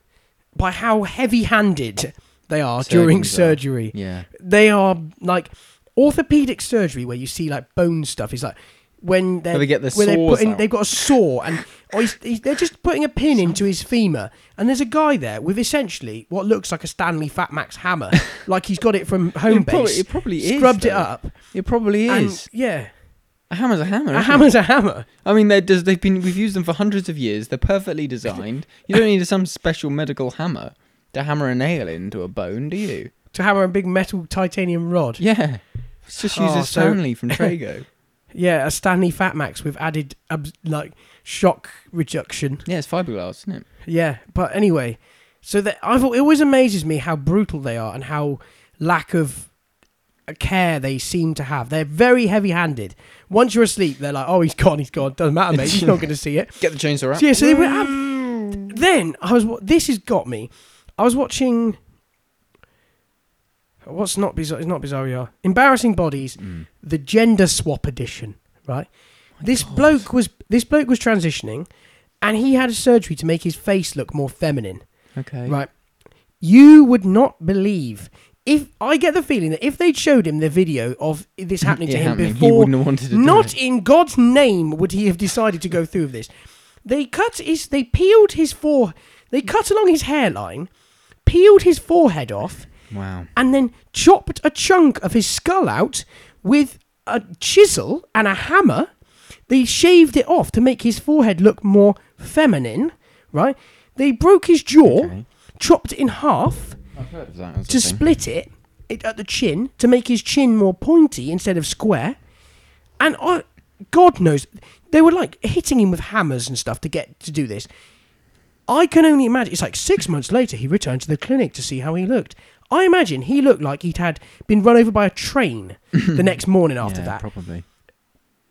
B: by how heavy-handed they are during
C: Surgeons are.
B: surgery
C: yeah.
B: they are like orthopedic surgery where you see like bone stuff is like when they're
C: Where they get the
B: where they're
C: saws
B: putting,
C: out.
B: they've got a saw and or he's, he's, they're just putting a pin into his femur and there's a guy there with essentially what looks like a Stanley Fat Max
C: [LAUGHS]
B: hammer like he's got it from home
C: It prob-
B: base
C: it probably is,
B: scrubbed it
C: though.
B: up
C: It probably
B: and
C: is. Oh,
B: yeah
C: A hammer's a hammer.
B: a
C: isn't it?
B: hammer's a hammer
C: I mean, they're just, they've been we've used them for hundreds of years. They're perfectly
B: [LAUGHS]
C: designed. You don't need some special medical hammer to hammer a nail into a bone, do you?
B: to hammer a big metal titanium rod
C: Yeah. It's just use
B: Oh,
C: a
B: so- [LAUGHS]
C: Stanley from Trago.
B: yeah a Stanley Fat Max with added abs- like shock reduction
C: yeah, it's fiberglass, isn't it?
B: Yeah, but anyway, so that I've al- it always amazes me how brutal they are and how lack of uh, care they seem to have. They're very heavy-handed. Once you're asleep, they're like, "Oh, he's gone, he's gone. Doesn't matter, mate. He's not going to see it."
C: Get the chainsaw out.
B: So, yeah, so they went ab- Then I was. wa- This has got me. I was watching. What's not bizarre? It's not bizarre. Yeah, embarrassing bodies. The gender swap edition. Right. this bloke was. This bloke was transitioning, and he had a surgery to make his face look more feminine.
C: Okay.
B: Right. You would not believe. If I get the feeling that if they'd showed him the video of this happening to
C: [LAUGHS] Yeah,
B: him
C: happening, he
B: before,
C: wouldn't have wanted to do
B: not
C: it.
B: in God's name would he have decided to go through with this. They cut his, they peeled his fore, they cut along his hairline, peeled his forehead off,
C: Wow.
B: and then chopped a chunk of his skull out with a chisel and a hammer. They shaved it off to make his forehead look more feminine, right? They broke his jaw,
C: Okay.
B: chopped it in half
C: I've heard of that.
B: to split it, it at the chin to make his chin more pointy instead of square. And I, God knows, they were like hitting him with hammers and stuff to get to do this. I can only imagine. It's like six months later, he returned to the clinic to see how he looked. I imagine he looked like he'd had been run over by a
C: [LAUGHS]
B: train the next morning after that.
C: Probably.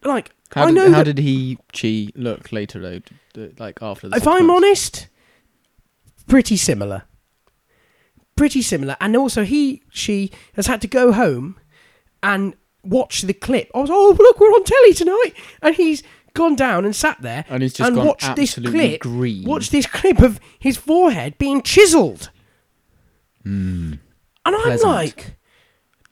B: like
C: How,
B: I
C: did,
B: know that
C: how did he, she look later, though? d- d- Like after the.
B: if
C: six
B: I'm
C: months?
B: honest, pretty similar. Pretty similar. And also, he, she has had to go home and watch the clip. I was, oh, look, we're on telly tonight. And he's gone down and sat there
C: And he's just gone
B: watched this
C: absolutely
B: clip.
C: green.
B: Watched this clip of his forehead being chiseled. And I'm
C: Hmm. Pleasant.
B: like,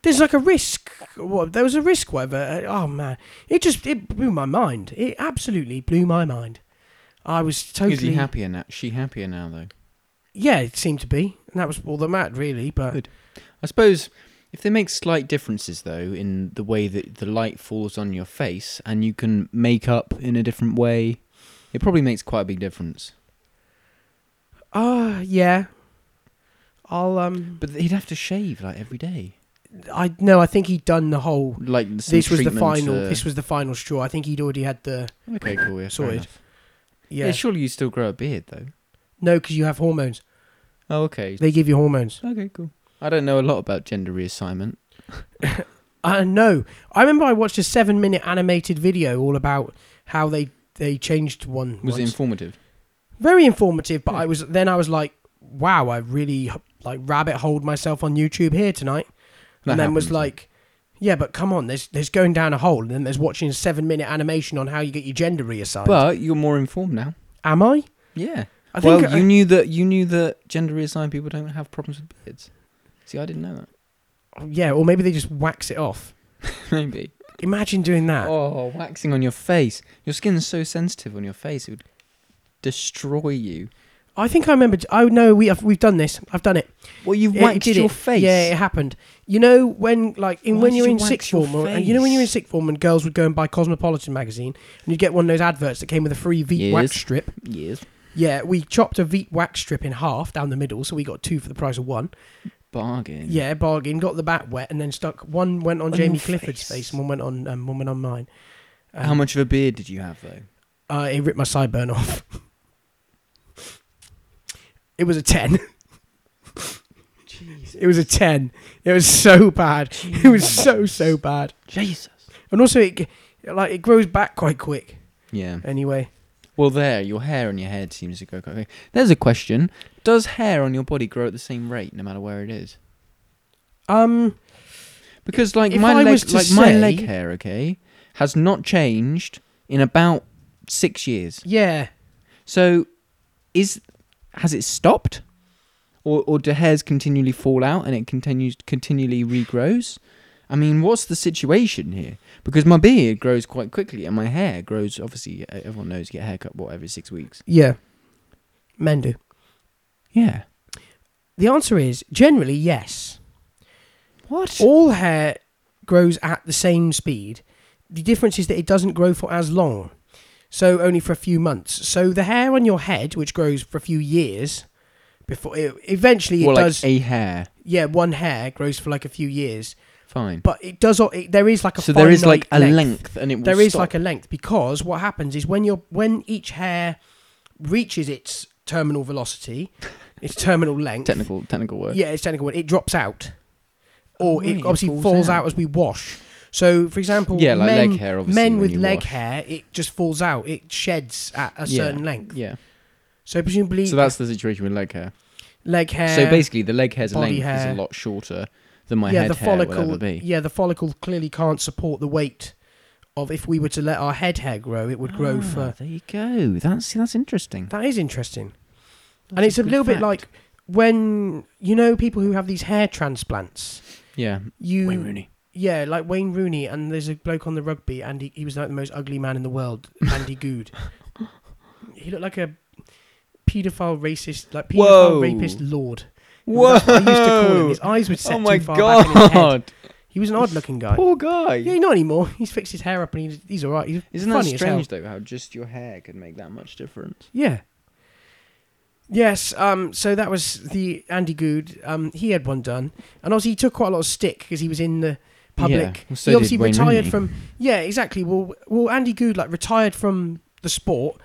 B: there's like a risk. What, there was a risk, whatever. Uh, Oh, man. It just, it blew my mind. It absolutely blew my mind. I was totally
C: Is he happier now? She happier now, though?
B: yeah, it seemed to be. And that was all that mattered, really. But
C: Good. I suppose if they make slight differences though in the way that the light falls on your face and you can make up in a different way, it probably makes quite a big difference.
B: ah, yeah, I'll um.
C: But he'd have to shave like every day.
B: I no, I think he'd done the whole.
C: Like
B: This was the final.
C: uh,
B: This was the final straw. I think he'd already had the.
C: okay, cool. Yeah,
B: sorted.
C: sorted. Yeah.
B: Yeah.
C: surely you still grow a beard though.
B: No, because you have hormones.
C: Oh, okay.
B: They give you hormones.
C: Okay, cool. I don't know a lot about gender reassignment.
B: Uh, no, I remember I watched a seven-minute animated video all about how they they changed one.
C: Was it
B: once.
C: informative?
B: very informative? But
C: Hmm.
B: I was then I was like, wow, I really like rabbit holed myself on YouTube here tonight,
C: That
B: and then was
C: happens.
B: like, yeah, but come on, there's there's going down a hole, and then there's watching a seven-minute animation on how you get your gender reassigned.
C: But you're more informed now.
B: Am I?
C: Yeah.
B: I
C: well,
B: think I-
C: you knew that you knew that gender reassigned people don't have problems with beards. See, I didn't know that. [LAUGHS]
B: yeah, or maybe they just wax it off.
C: Maybe.
B: Imagine doing that.
C: Oh, waxing on your face. Your skin's so sensitive on your face; it would destroy you.
B: I think I remember. Oh no, we have, we've done this. I've done it.
C: Well, you've
B: It
C: waxed
B: did
C: your
B: it.
C: face.
B: Yeah, it happened. You know when, like, in
C: Why
B: when
C: did
B: you're
C: you
B: in
C: wax
B: sixth
C: your
B: form, or, and you know when you're in sixth form, and girls would go and buy Cosmopolitan magazine, and you'd get one of those adverts that came with a free Veet wax
C: Yes.
B: strip.
C: Yes.
B: Yeah, we chopped a Veet wax strip in half down the middle, so we got two for the price of one.
C: Mm. Bargain.
B: Yeah, bargain. Got the back wet, and then stuck one went on,
C: On
B: Jamie
C: your
B: Clifford's face.
C: face.
B: and one went on um, one went on mine. Um,
C: How much of a beard did you have though?
B: Uh, it ripped my sideburn off. [LAUGHS] it was a ten. [LAUGHS]
C: Jesus.
B: It was a ten. It was so bad. It was so so bad.
C: Jesus.
B: And also, it g- like it grows back quite quick.
C: Yeah.
B: Anyway,
C: Well, there, your hair on your head seems to go quite quick. There's a question: Does hair on your body grow at the same rate no matter where it is?
B: um,
C: Because like
B: If
C: my
B: I
C: leg,
B: was to
C: like my
B: say-
C: leg hair, okay, has not changed in about six years.
B: yeah,
C: So, is has it stopped, or or do hairs continually fall out and it continues continually regrows? I mean, what's the situation here? Because my beard grows quite quickly and my hair grows. Obviously, e- everyone knows you get a haircut what every six weeks.
B: yeah, men do.
C: Yeah.
B: The answer is generally yes.
C: What?
B: All hair grows at the same speed. The difference is that it doesn't grow for as long, so only for a few months. So the hair on your head, which grows for a few years, before it, eventually it
C: Well, like
B: does.
C: a hair.
B: yeah, one hair grows for like a few years,
C: Fine.
B: but it does. al- It, there is like a
C: so there is like
B: finite
C: a length, and it will
B: There is
C: stop.
B: like a length because what happens is when you're when each hair reaches its terminal
C: [LAUGHS]
B: velocity, its terminal length.
C: technical technical word.
B: Yeah, it's technical. word, It drops out, or
C: Oh,
B: it
C: right, it
B: obviously falls,
C: falls
B: out.
C: out.
B: as we wash. So, for example,
C: Yeah, like
B: men,
C: leg hair, obviously,
B: men
C: when
B: with
C: you
B: leg
C: wash.
B: hair, it just falls out. It sheds at a
C: Yeah,
B: certain length.
C: Yeah.
B: So presumably,
C: So that's the situation with leg hair.
B: leg hair.
C: so basically, the leg hair's
B: body
C: length
B: hair.
C: is a lot shorter than my
B: yeah,
C: head
B: the
C: hair
B: follicle.
C: will ever be.
B: Yeah, the follicle clearly can't support the weight of if we were to let our head hair grow, it would grow
C: Ah,
B: for.
C: There you go. That's see, that's interesting.
B: That is interesting, and
C: That's
B: it's a,
C: good
B: little bit
C: fact.
B: like when you know people who have these hair transplants.
C: yeah,
B: You
C: Wayne Rooney.
B: Yeah, like Wayne Rooney, and there's a bloke on the rugby, and he, he was like the most ugly man in the world, Andy
C: [LAUGHS]
B: Good. He looked like a paedophile racist, like paedophile
C: Whoa.
B: rapist lord. That's what I used to call
C: [LAUGHS]
B: him. His eyes would set
C: Oh my
B: too far back in his head.
C: god!
B: He was an odd looking guy.
C: [LAUGHS] Poor guy.
B: Yeah, not anymore. He's fixed his hair up and he's, he's all right. He's
C: Isn't that
B: funny as hell.
C: strange though? How just your hair could make that much difference.
B: Yeah. Yes, um, so that was the Andy Good. Um, he had one done, and obviously he took quite a lot of stick because he was in the public.
C: Yeah, well, so
B: he
C: did
B: obviously
C: Wayne
B: retired
C: Rooney.
B: from. Yeah, exactly. Well, well, Andy Good like retired from the sport,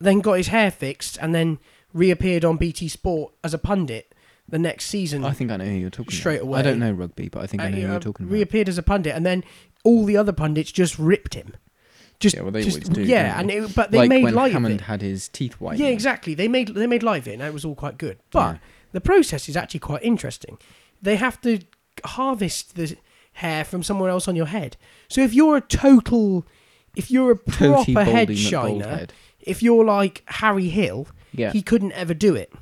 B: then got his hair fixed, and then reappeared on BT Sport as a pundit the next season.
C: I think I know who you're talking
B: Straight
C: about.
B: away.
C: I don't know rugby, but I think I
B: Uh,
C: know who
B: uh,
C: you're talking about.
B: Reappeared as a pundit, and then all the other pundits just ripped him. Just
C: Yeah, well, they
B: just-
C: always do,
B: Yeah,
C: don't
B: and
C: they?
B: it, but they
C: like
B: made
C: when
B: light of it.
C: Hammond had his teeth white.
B: Yeah, exactly. They made they made light of it, and it was all quite good. But
C: Yeah.
B: the process is actually quite interesting. They have to harvest the hair from somewhere else on your head. So if you're a total, if you're a
C: [LAUGHS] Totally
B: proper head
C: baldy,
B: shiner,
C: bald head.
B: if you're like Harry Hill,
C: Yeah.
B: he couldn't ever do it.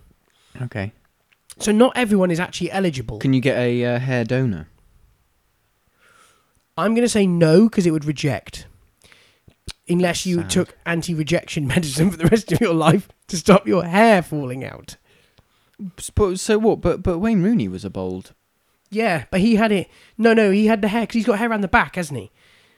C: Okay.
B: So not everyone is actually eligible.
C: Can you get a uh, hair donor?
B: I'm going to say no because it would reject. Unless you
C: Sad.
B: took anti-rejection [LAUGHS] medicine for the rest of your life to stop your hair falling out.
C: But, so what? But but Wayne Rooney was a bold.
B: Yeah, but he had it. No, no, he had the hair because he's got hair around the back, hasn't he?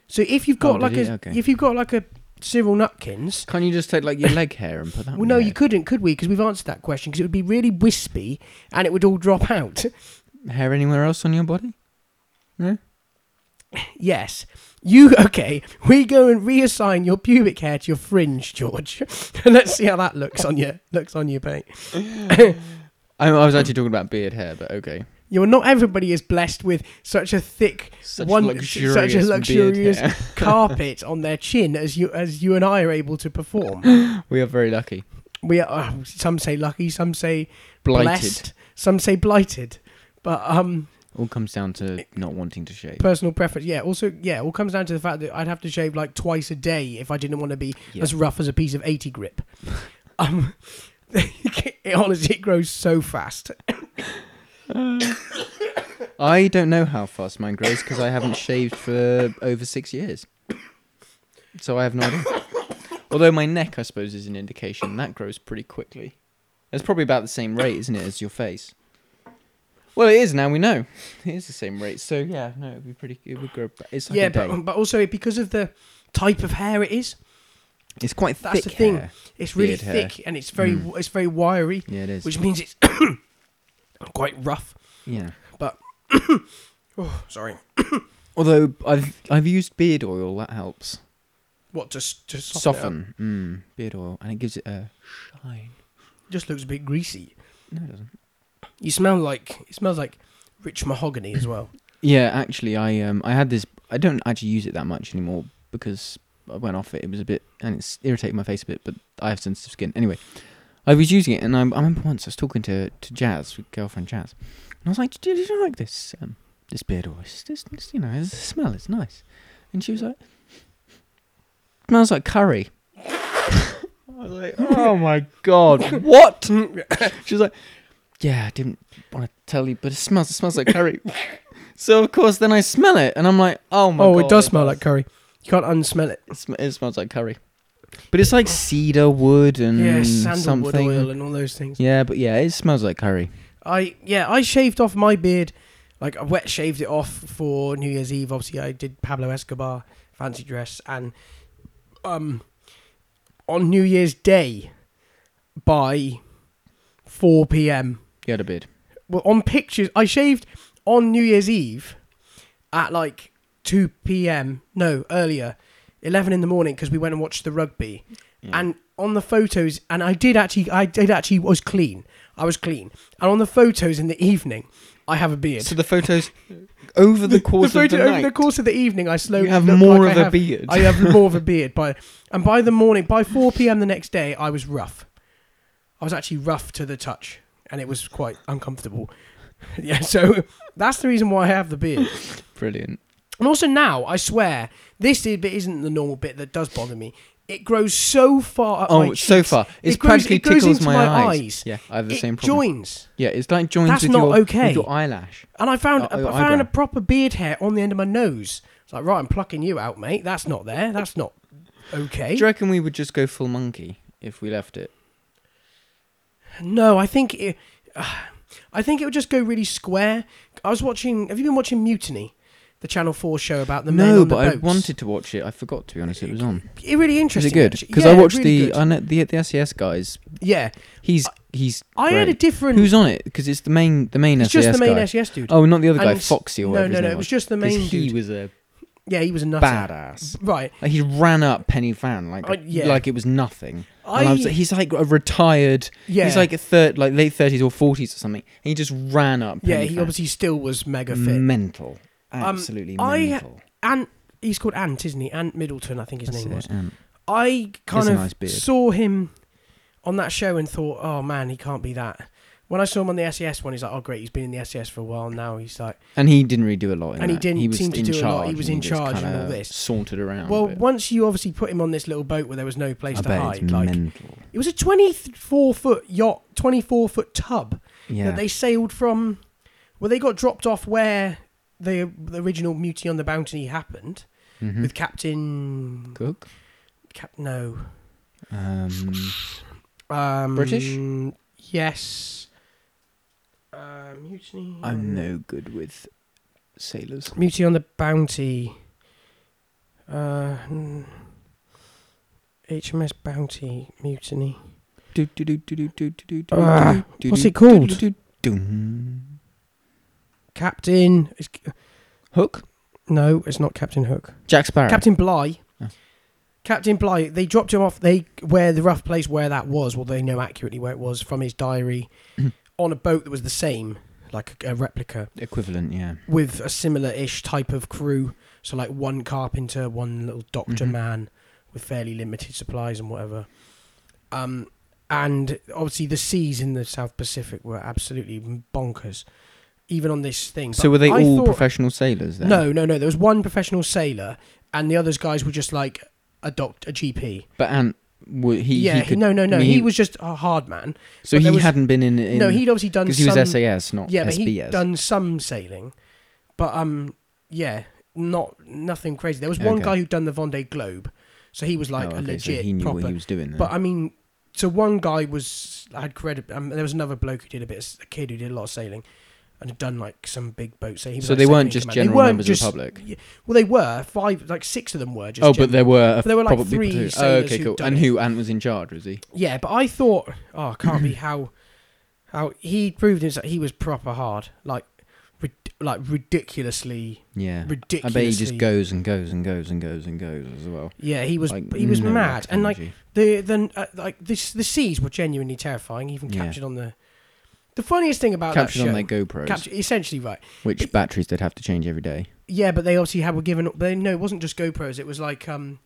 B: So if you've got
C: Oh, did
B: like
C: he?
B: a,
C: Okay.
B: if you've got like a Cyril Nutkins,
C: Can't you just take like your leg hair and put that?
B: well, no, you couldn't, could we? Because we've answered that question. Because it would be really wispy and it would all drop out. [LAUGHS]
C: could hair anywhere else on your body. No?
B: Yes. You [LAUGHS] okay? We go and reassign your pubic hair to your fringe, George, [LAUGHS] and let's see how that looks on you. Looks on you, mate.
C: I, I was actually talking about beard hair, but okay.
B: You know, not everybody is blessed with such a thick,
C: Such
B: one,
C: luxurious
B: such a
C: beard
B: luxurious
C: hair. [LAUGHS]
B: carpet on their chin as you as you and I are able to perform.
C: We are very lucky.
B: We are oh, some say lucky, some say
C: Blighted.
B: blessed, some say blighted. But um,
C: All comes down to not wanting to shave.
B: personal preference, yeah. Also, yeah, it all comes down to the fact that I'd have to shave like twice a day if I didn't want to be
C: Yeah.
B: as rough as a piece of eighty grip. [LAUGHS] um, [LAUGHS] it, honestly, it grows so fast.
C: I don't know how fast mine grows because I haven't shaved for over six years. So I have no idea.
B: [LAUGHS]
C: Although my neck, I suppose, is an indication. That grows pretty quickly. It's probably about the same rate, isn't it, as your face? Well, it is now we know. It is the same rate. So, yeah, no, it would be pretty. It would grow. It's like
B: yeah,
C: a day.
B: but, um, but also because of the type of hair it is.
C: it's quite thick.
B: That's the thing.
C: hair.
B: It's really
C: Beard hair. Mm.
B: thick and it's very it's very wiry,
C: Yeah, it is.
B: which means it's [COUGHS] quite rough.
C: yeah.
B: But oh, sorry,
C: Although I've I've used beard oil. That helps
B: what to s- to soften? it up.
C: soften. Mm, beard oil, and it gives it a shine.
B: Just looks a bit greasy.
C: No, it doesn't.
B: You smell like it smells like rich mahogany as well. [COUGHS]
C: Yeah, actually, I um, I had this. I don't actually use it that much anymore because I went off it. It was a bit, and it's irritated my face a bit. But I have sensitive skin anyway. I was using it, and I, I remember once I was talking to to Jazz, with girlfriend Jazz, and I was like, "Did you like this um, this beard oil? It's, it's, it's, you know, it's the smell. It's nice." And she was like, "Smells like curry." [LAUGHS] I was like, "Oh my god, [COUGHS] what?"
B: Oh,
C: She was like, "Yeah, I didn't want to tell you, but it smells. It smells like curry." [LAUGHS] so of course, then I smell it, and I'm like, "Oh my
B: oh,
C: god,
B: it does smell like curry. You can't unsmell it.
C: It, sm- it smells like curry." But it's like cedar wood and
B: yeah, sandalwood
C: Mm, something.
B: oil and all those things.
C: Yeah, but yeah, it smells like curry.
B: I yeah, I shaved off my beard, like I wet shaved it off for New Year's Eve. Obviously, I did Pablo Escobar fancy dress, and um, on New Year's Day by four p.m.
C: You had a beard.
B: Well, on pictures, I shaved on New Year's Eve at like two p.m. No, earlier, eleven in the morning because we went and watched the rugby, and on the photos, and I did actually, I did actually was clean. I was clean, and on the photos in the evening, I have a beard.
C: So the photos over the
B: [LAUGHS]
C: course
B: the
C: of the
B: photo-
C: night.
B: over the course of the evening, I slowly
C: have
B: look
C: more
B: like
C: of
B: I
C: a
B: have-
C: beard.
B: I have more of a beard by, and by the morning, by four p.m. the next day, I was rough. I was actually rough to the touch, and it was quite uncomfortable. [LAUGHS] yeah, so that's the reason why I have the beard.
C: Brilliant.
B: And also now, I swear, this is- bit isn't the normal bit that does bother me. It grows so far up
C: Oh,
B: my
C: it's so
B: cheeks.
C: far. It's
B: it grows,
C: practically
B: it goes
C: tickles
B: into
C: my, eyes.
B: eyes.
C: Yeah, I have the
B: it
C: same problem.
B: joins.
C: Yeah, it's like joins
B: That's
C: with,
B: not
C: your,
B: okay.
C: with your eyelash.
B: And I found
C: Uh,
B: I
C: your
B: found a
C: eyebrow.
B: proper beard hair on the end of my nose. It's like, right, I'm plucking you out, mate. That's not there. That's not okay.
C: Do you reckon we would just go full monkey if we left it?
B: No, I think it, [SIGHS] I think it would just go really square. I was watching. Have you been watching Mutiny, the Channel Four show about the men
C: no,
B: on
C: but
B: the
C: I
B: boats?
C: wanted to watch it. I forgot to be honest. It was on.
B: It really
C: Is
B: interesting.
C: it good?
B: actually.
C: Because
B: Yeah,
C: I watched
B: really
C: the
B: good.
C: I know, the the SES guys.
B: yeah,
C: He's he's.
B: I had a
C: great.
B: different.
C: Who's on it? Because it's the main the main
B: it's
C: SES
B: just the main
C: guy.
B: SES dude.
C: Oh, not the other guy,
B: And-
C: Foxy or
B: no,
C: whatever.
B: no, no. It was just the main
C: He
B: dude.
C: was a
B: Yeah, he was a nutter.
C: badass.
B: Right.
C: Like he ran up Penny Van like
B: Uh, yeah.
C: like it was nothing.
B: I,
C: And I was like- he's like a retired.
B: yeah.
C: He's like a third, like late thirties or forties or something. And he just ran up.
B: yeah.
C: Penny
B: He
C: Fan.
B: obviously still was mega fit.
C: mental,
B: Um,
C: absolutely
B: I-
C: mental.
B: Ant. He's called Ant, isn't he? Ant Middleton, I think his
C: That's
B: name was.
C: it, um,
B: I kind
C: a
B: of
C: nice beard.
B: saw him on that show and thought, oh man, he can't be that. When I saw him on the SES one, he's like, oh great, he's been in the SES for a while now. He's like,
C: and he didn't really do a lot. In
B: And he
C: that.
B: didn't
C: he was
B: seem to
C: in
B: do a
C: charge
B: lot. He was
C: and
B: in
C: just
B: charge and
C: kinda
B: all this.
C: Sauntered around.
B: well,
C: a bit.
B: once you obviously put him on this little boat where there was no place
C: I
B: to
C: bet
B: hide,
C: it's
B: like
C: mental.
B: it was a twenty-four foot yacht, twenty-four foot tub
C: Yeah,
B: that they sailed from. Well, they got dropped off where the, the original Mutiny on the Bounty happened
C: Mhm.
B: with Captain.
C: Cook,
B: Cap, no.
C: um,
B: Um,
C: British?
B: Yes. Uh, mutiny.
C: I'm no good with sailors.
B: Mutiny on the Bounty. Uh, mm, HMS Bounty Mutiny.
C: Do, do, do, do, do, do, do, do, do,
B: Ah,
C: do, do,
B: what's
C: do,
B: it called?
C: do, do, do, do.
B: Captain. It's,
C: Hook?
B: No, it's not Captain Hook.
C: Jack Sparrow.
B: Captain Bligh. Captain Bligh. They dropped him off. They where the rough place where that was. Well, they know accurately where it was from his
C: [CLEARS THROAT]
B: diary, on a boat that was the same, like a, a replica
C: Equivalent, yeah.
B: with a similar-ish type of crew. So like one carpenter, one little doctor
C: Mhm.
B: man with fairly limited supplies and whatever. Um, and obviously the seas in the South Pacific were absolutely bonkers, even on this thing.
C: So
B: But
C: were they
B: I
C: all
B: thought-
C: professional sailors then?
B: No, no, no. There was one professional sailor, and the others guys were just like a doctor, a GP.
C: But Ant, w- he,
B: yeah,
C: he could.
B: no, no, no.
C: I mean,
B: He, was just a hard man.
C: So
B: but
C: he
B: there was-
C: hadn't been in. in
B: no, he'd obviously done
C: Because he
B: some.
C: was SAS, not
B: yeah, but
C: SBS.
B: he'd done some sailing, but um, yeah, not nothing crazy. There was one
C: Okay.
B: guy who'd done the Vendée Globe, so he was like
C: Oh,
B: a
C: okay,
B: legit
C: so he knew
B: proper.
C: what he was doing. Then.
B: But I mean, so one guy was had credit. Um, there was another bloke who did a bit, of, s- a kid who did a lot of sailing, and had done like some big boat sailing. He was,
C: So
B: like,
C: they
B: second
C: weren't
B: in
C: just
B: command.
C: general
B: weren't
C: members of the
B: just-
C: public?
B: yeah, well, they were five, like six of them were just.
C: oh,
B: general-
C: but there were.
B: But there were, like,
C: probably
B: three
C: two. Oh,
B: sailors
C: okay,
B: who'd
C: cool.
B: done
C: And
B: it.
C: who Ant was in charge? Was he?
B: Yeah, but I thought, oh, I
C: [CLEARS THROAT]
B: can't be how, how he proved himself. He was proper hard, like, rid- like ridiculously,
C: Yeah. I
B: ridiculously.
C: bet he just goes and goes and goes and goes and goes as well.
B: Yeah, he was
C: Like,
B: he was
C: no
B: mad, and like
C: energy.
B: the the uh, like this the seas were genuinely terrifying, even
C: Yeah.
B: captured on the. The funniest thing about
C: captured
B: that show,
C: on their GoPros,
B: captured essentially right.
C: which batteries they'd have to change every day.
B: Yeah, but they obviously had were given. up- They no, it wasn't just GoPros. It was like um,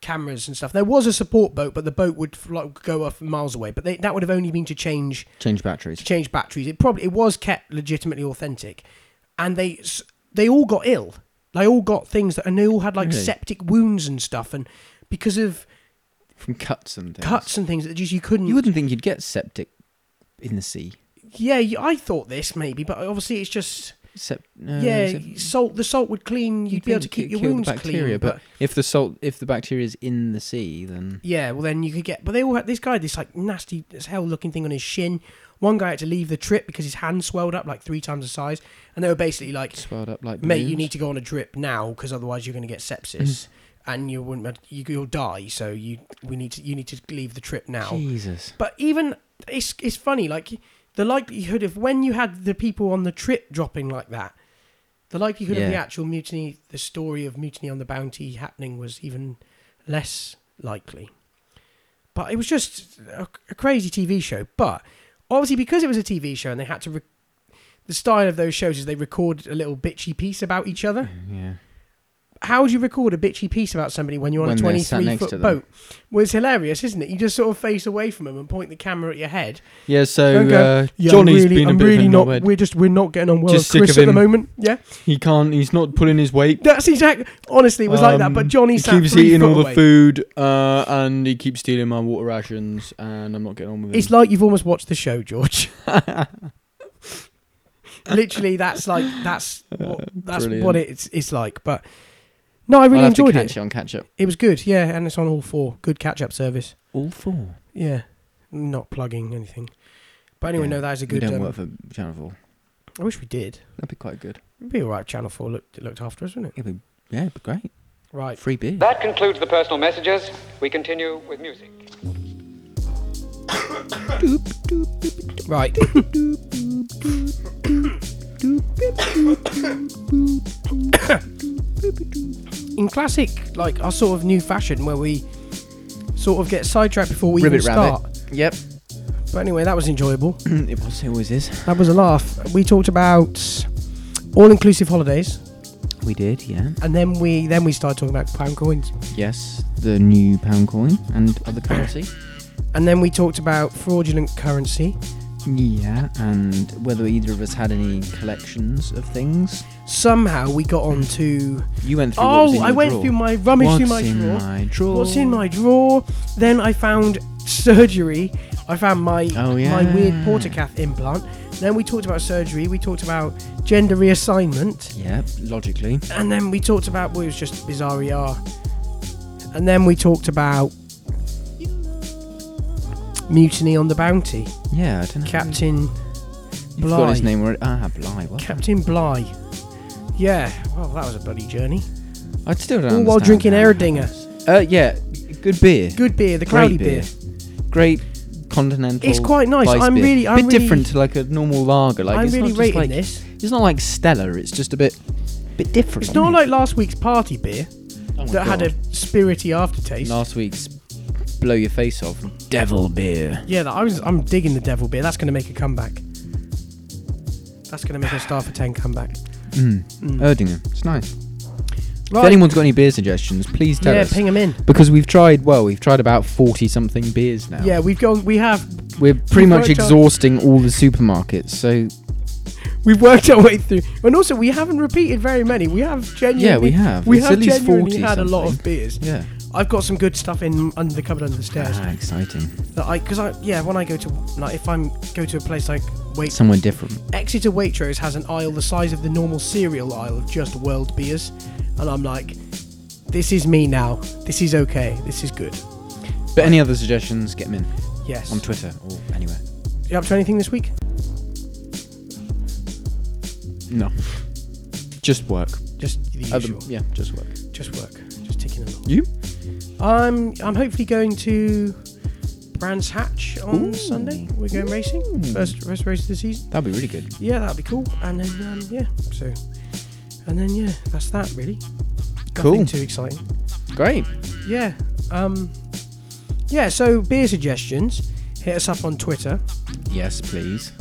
B: cameras and stuff. There was a support boat, but the boat would like go off miles away. But they, that would have only been to change
C: Change batteries.
B: to change batteries. It probably it was kept legitimately authentic, and they s- they all got ill. They all got things that, and they all had like
C: Really?
B: septic wounds and stuff, and because of
C: [LAUGHS] from cuts and things.
B: cuts and things that just you couldn't.
C: You wouldn't think you'd get septic in the sea.
B: yeah, you- I thought this maybe, but obviously it's just
C: Sep- no,
B: yeah,
C: sep-
B: salt. The salt would clean. You'd,
C: Uh, you'd
B: be able to
C: think
B: keep
C: it'd
B: your
C: kill the
B: wounds
C: bacteria,
B: clean,
C: but if the salt, if the bacteria is in the sea, then
B: Yeah, well then you could get, but they all had this guy, had this like nasty as hell looking thing on his shin. One guy had to leave the trip because his hand swelled up like three times the size, and they were basically like,
C: it's swelled up like.
B: "Mate, you
C: balloons. Mm.
B: need to go on a drip now because otherwise you're going to get sepsis and you wouldn't, you, you'll die. So you, we need to, you need to leave the trip now."
C: Jesus.
B: But even it's it's funny, like the likelihood of when you had the people on the trip dropping like that, the likelihood of the
C: Yeah.
B: actual mutiny, the story of mutiny on the bounty happening was even less likely. But it was just a, a crazy TV show. But obviously, because it was a TV show and they had to, re- the style of those shows is they record a little bitchy piece about each other.
C: Yeah.
B: How do you record a bitchy piece about somebody when you're on
C: When
B: a
C: they're sat
B: 23
C: next to
B: foot
C: them.
B: boat? Well, it's hilarious, isn't it? You just sort of face away from them and point the camera at your head.
C: Yeah. So
B: Okay.
C: uh,
B: Yeah,
C: Johnny's
B: I'm really,
C: been a
B: I'm
C: bit
B: really
C: of a
B: not.
C: knobhead.
B: We're just we're not getting on well
C: Just
B: with
C: sick
B: Chris
C: of
B: at the
C: him.
B: moment. Yeah,
C: He can't. He's not pulling his weight.
B: that's exactly. Honestly, it was like that. But
C: Um,
B: Johnny
C: he
B: sat
C: keeps
B: three
C: eating
B: foot
C: all
B: away.
C: the food, uh, and he keeps stealing my water rations, and I'm not getting on with it.
B: It's like you've almost watched the show, George. [LAUGHS] Literally, that's like
C: [LAUGHS]
B: that's what, that's what
C: Uh, Brilliant.
B: it's it's like. But no, I really
C: I'll have
B: enjoyed
C: to catch
B: it.
C: it on catch up.
B: It was good. Yeah, and it's on all four. Good catch up service.
C: All four.
B: Yeah, not plugging anything. But anyway,
C: Yeah,
B: no, that is a good.
C: We don't
B: um,
C: work for Channel Four.
B: I wish we did.
C: That'd be quite good.
B: It'd be all right. if Channel Four looked looked after us, wouldn't it?
C: It'd be, yeah, it'd be great.
B: Right.
C: Free beer.
F: That concludes the personal messages. We continue with music.
B: Right. [COUGHS] In classic, like our sort of new fashion where we sort of get sidetracked before we
C: Ribbit
B: even start.
C: rabbit. Yep.
B: But anyway, that was enjoyable.
C: [CLEARS THROAT] it was. It always is.
B: that was a laugh. We talked about all-inclusive holidays,
C: We did. Yeah.
B: and then we then we started talking about pound coins,
C: Yes, the new pound coin and other currency.
B: and then we talked about fraudulent currency.
C: yeah, and whether either of us had any collections of things.
B: Somehow we got on to
C: You went through. what was
B: oh,
C: in
B: I
C: your
B: went
C: drawer.
B: through my rummage
C: What's
B: through my
C: in
B: drawer.
C: my drawer?
B: What's in my drawer? Then I found surgery. I found my
C: Oh,
B: my
C: yeah.
B: weird portacath implant. Then we talked about surgery. We talked about gender reassignment,
C: Yep, logically.
B: and then we talked about well, it was just bizarre ER. And then we talked about mutiny on the bounty.
C: Yeah, I don't know.
B: Captain
C: You've got his
B: Bligh.
C: name already. Ah, Bligh. Well,
B: Captain Bligh. Yeah, well, that was a bloody journey.
C: I still don't.
B: All while
C: understand
B: drinking
C: how that
B: Erdinger.
C: happens. Uh, yeah, good beer.
B: Good beer, the
C: Great
B: Crowley beer.
C: Great continental.
B: It's quite nice.
C: Weiss
B: I'm
C: beer.
B: really- I'm
C: bit
B: really-
C: different to like a normal lager. Like
B: I'm
C: it's
B: really
C: not just
B: rating
C: like
B: this.
C: it's not like Stella. It's just a bit.
A: bit different.
B: It's not like last week's party beer
C: Oh my
B: that had
C: God.
B: a spirity aftertaste.
C: last week's blow your face off devil beer.
B: Yeah, that- I was, I'm digging the devil beer. That's going to make a comeback. That's going to make a star for 10 comeback.
C: Erdingham. It's nice.
B: Mm. Right.
C: If anyone's got any beer suggestions, please tell
B: yeah,
C: us.
B: ping them in.
C: because we've tried, well, we've tried about 40 something beers now.
B: Yeah, we've gone. We have.
C: We're pretty
B: We've
C: much
B: worked out-
C: exhausting all the supermarkets. So,
B: We've worked our way through, and also we haven't repeated very many. We have genuinely.
C: yeah, we have.
B: We
C: it's
B: have
C: at least
B: genuinely
C: 40
B: had a lot of
C: something.
B: beers.
C: Yeah.
B: I've got some good stuff in under the cupboard under the stairs.
C: Ah, exciting.
B: That I, because I, yeah, when I go to, like, if I'm go to a place like Wait,
C: Somewhere different.
B: Exeter Waitrose has an aisle the size of the normal cereal aisle of just world beers, and I'm like, this is me now. This is okay. This is good.
C: But any other suggestions, get them in
B: Yes.
C: on Twitter or anywhere.
B: You up to anything this week?
C: No. Just work.
B: Just the
C: Other-
B: usual.
C: yeah, just work.
B: Just work. Just ticking along.
C: You?
B: I'm I'm hopefully going to Brands Hatch on Sunday. We're going racing. First first race of the season.
C: That'd be really good.
B: Yeah, that'd be cool. And then um, yeah, so and then yeah, that's that really.
C: Cool.
B: Nothing too exciting.
C: Great.
B: Yeah. Um Yeah, so beer suggestions. Hit us up on Twitter
C: Yes, please.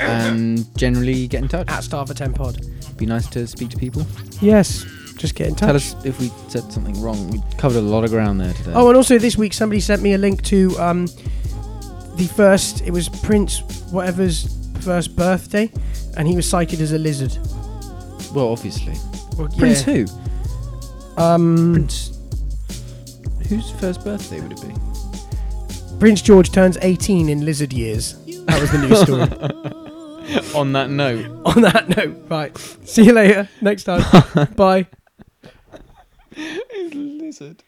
C: and generally get in touch.
B: at Star for Ten Pod.
C: Be nice to speak to people.
B: Yes. Just get in touch.
C: Tell us if we said something wrong. We covered a lot of ground there today.
B: Oh, and also this week somebody sent me a link to um, the first. It was Prince whatever's first birthday, and he was cited as a lizard.
C: well, obviously.
B: Well,
C: Prince
B: yeah.
C: who?
B: Um,
C: Prince. Whose first birthday would it be?
B: Prince George turns 18 in lizard years. That was the news
C: [LAUGHS]
B: story.
C: On that note,
B: On that note, right.
C: [LAUGHS]
B: See you later. Next time. Bye.
C: lizard.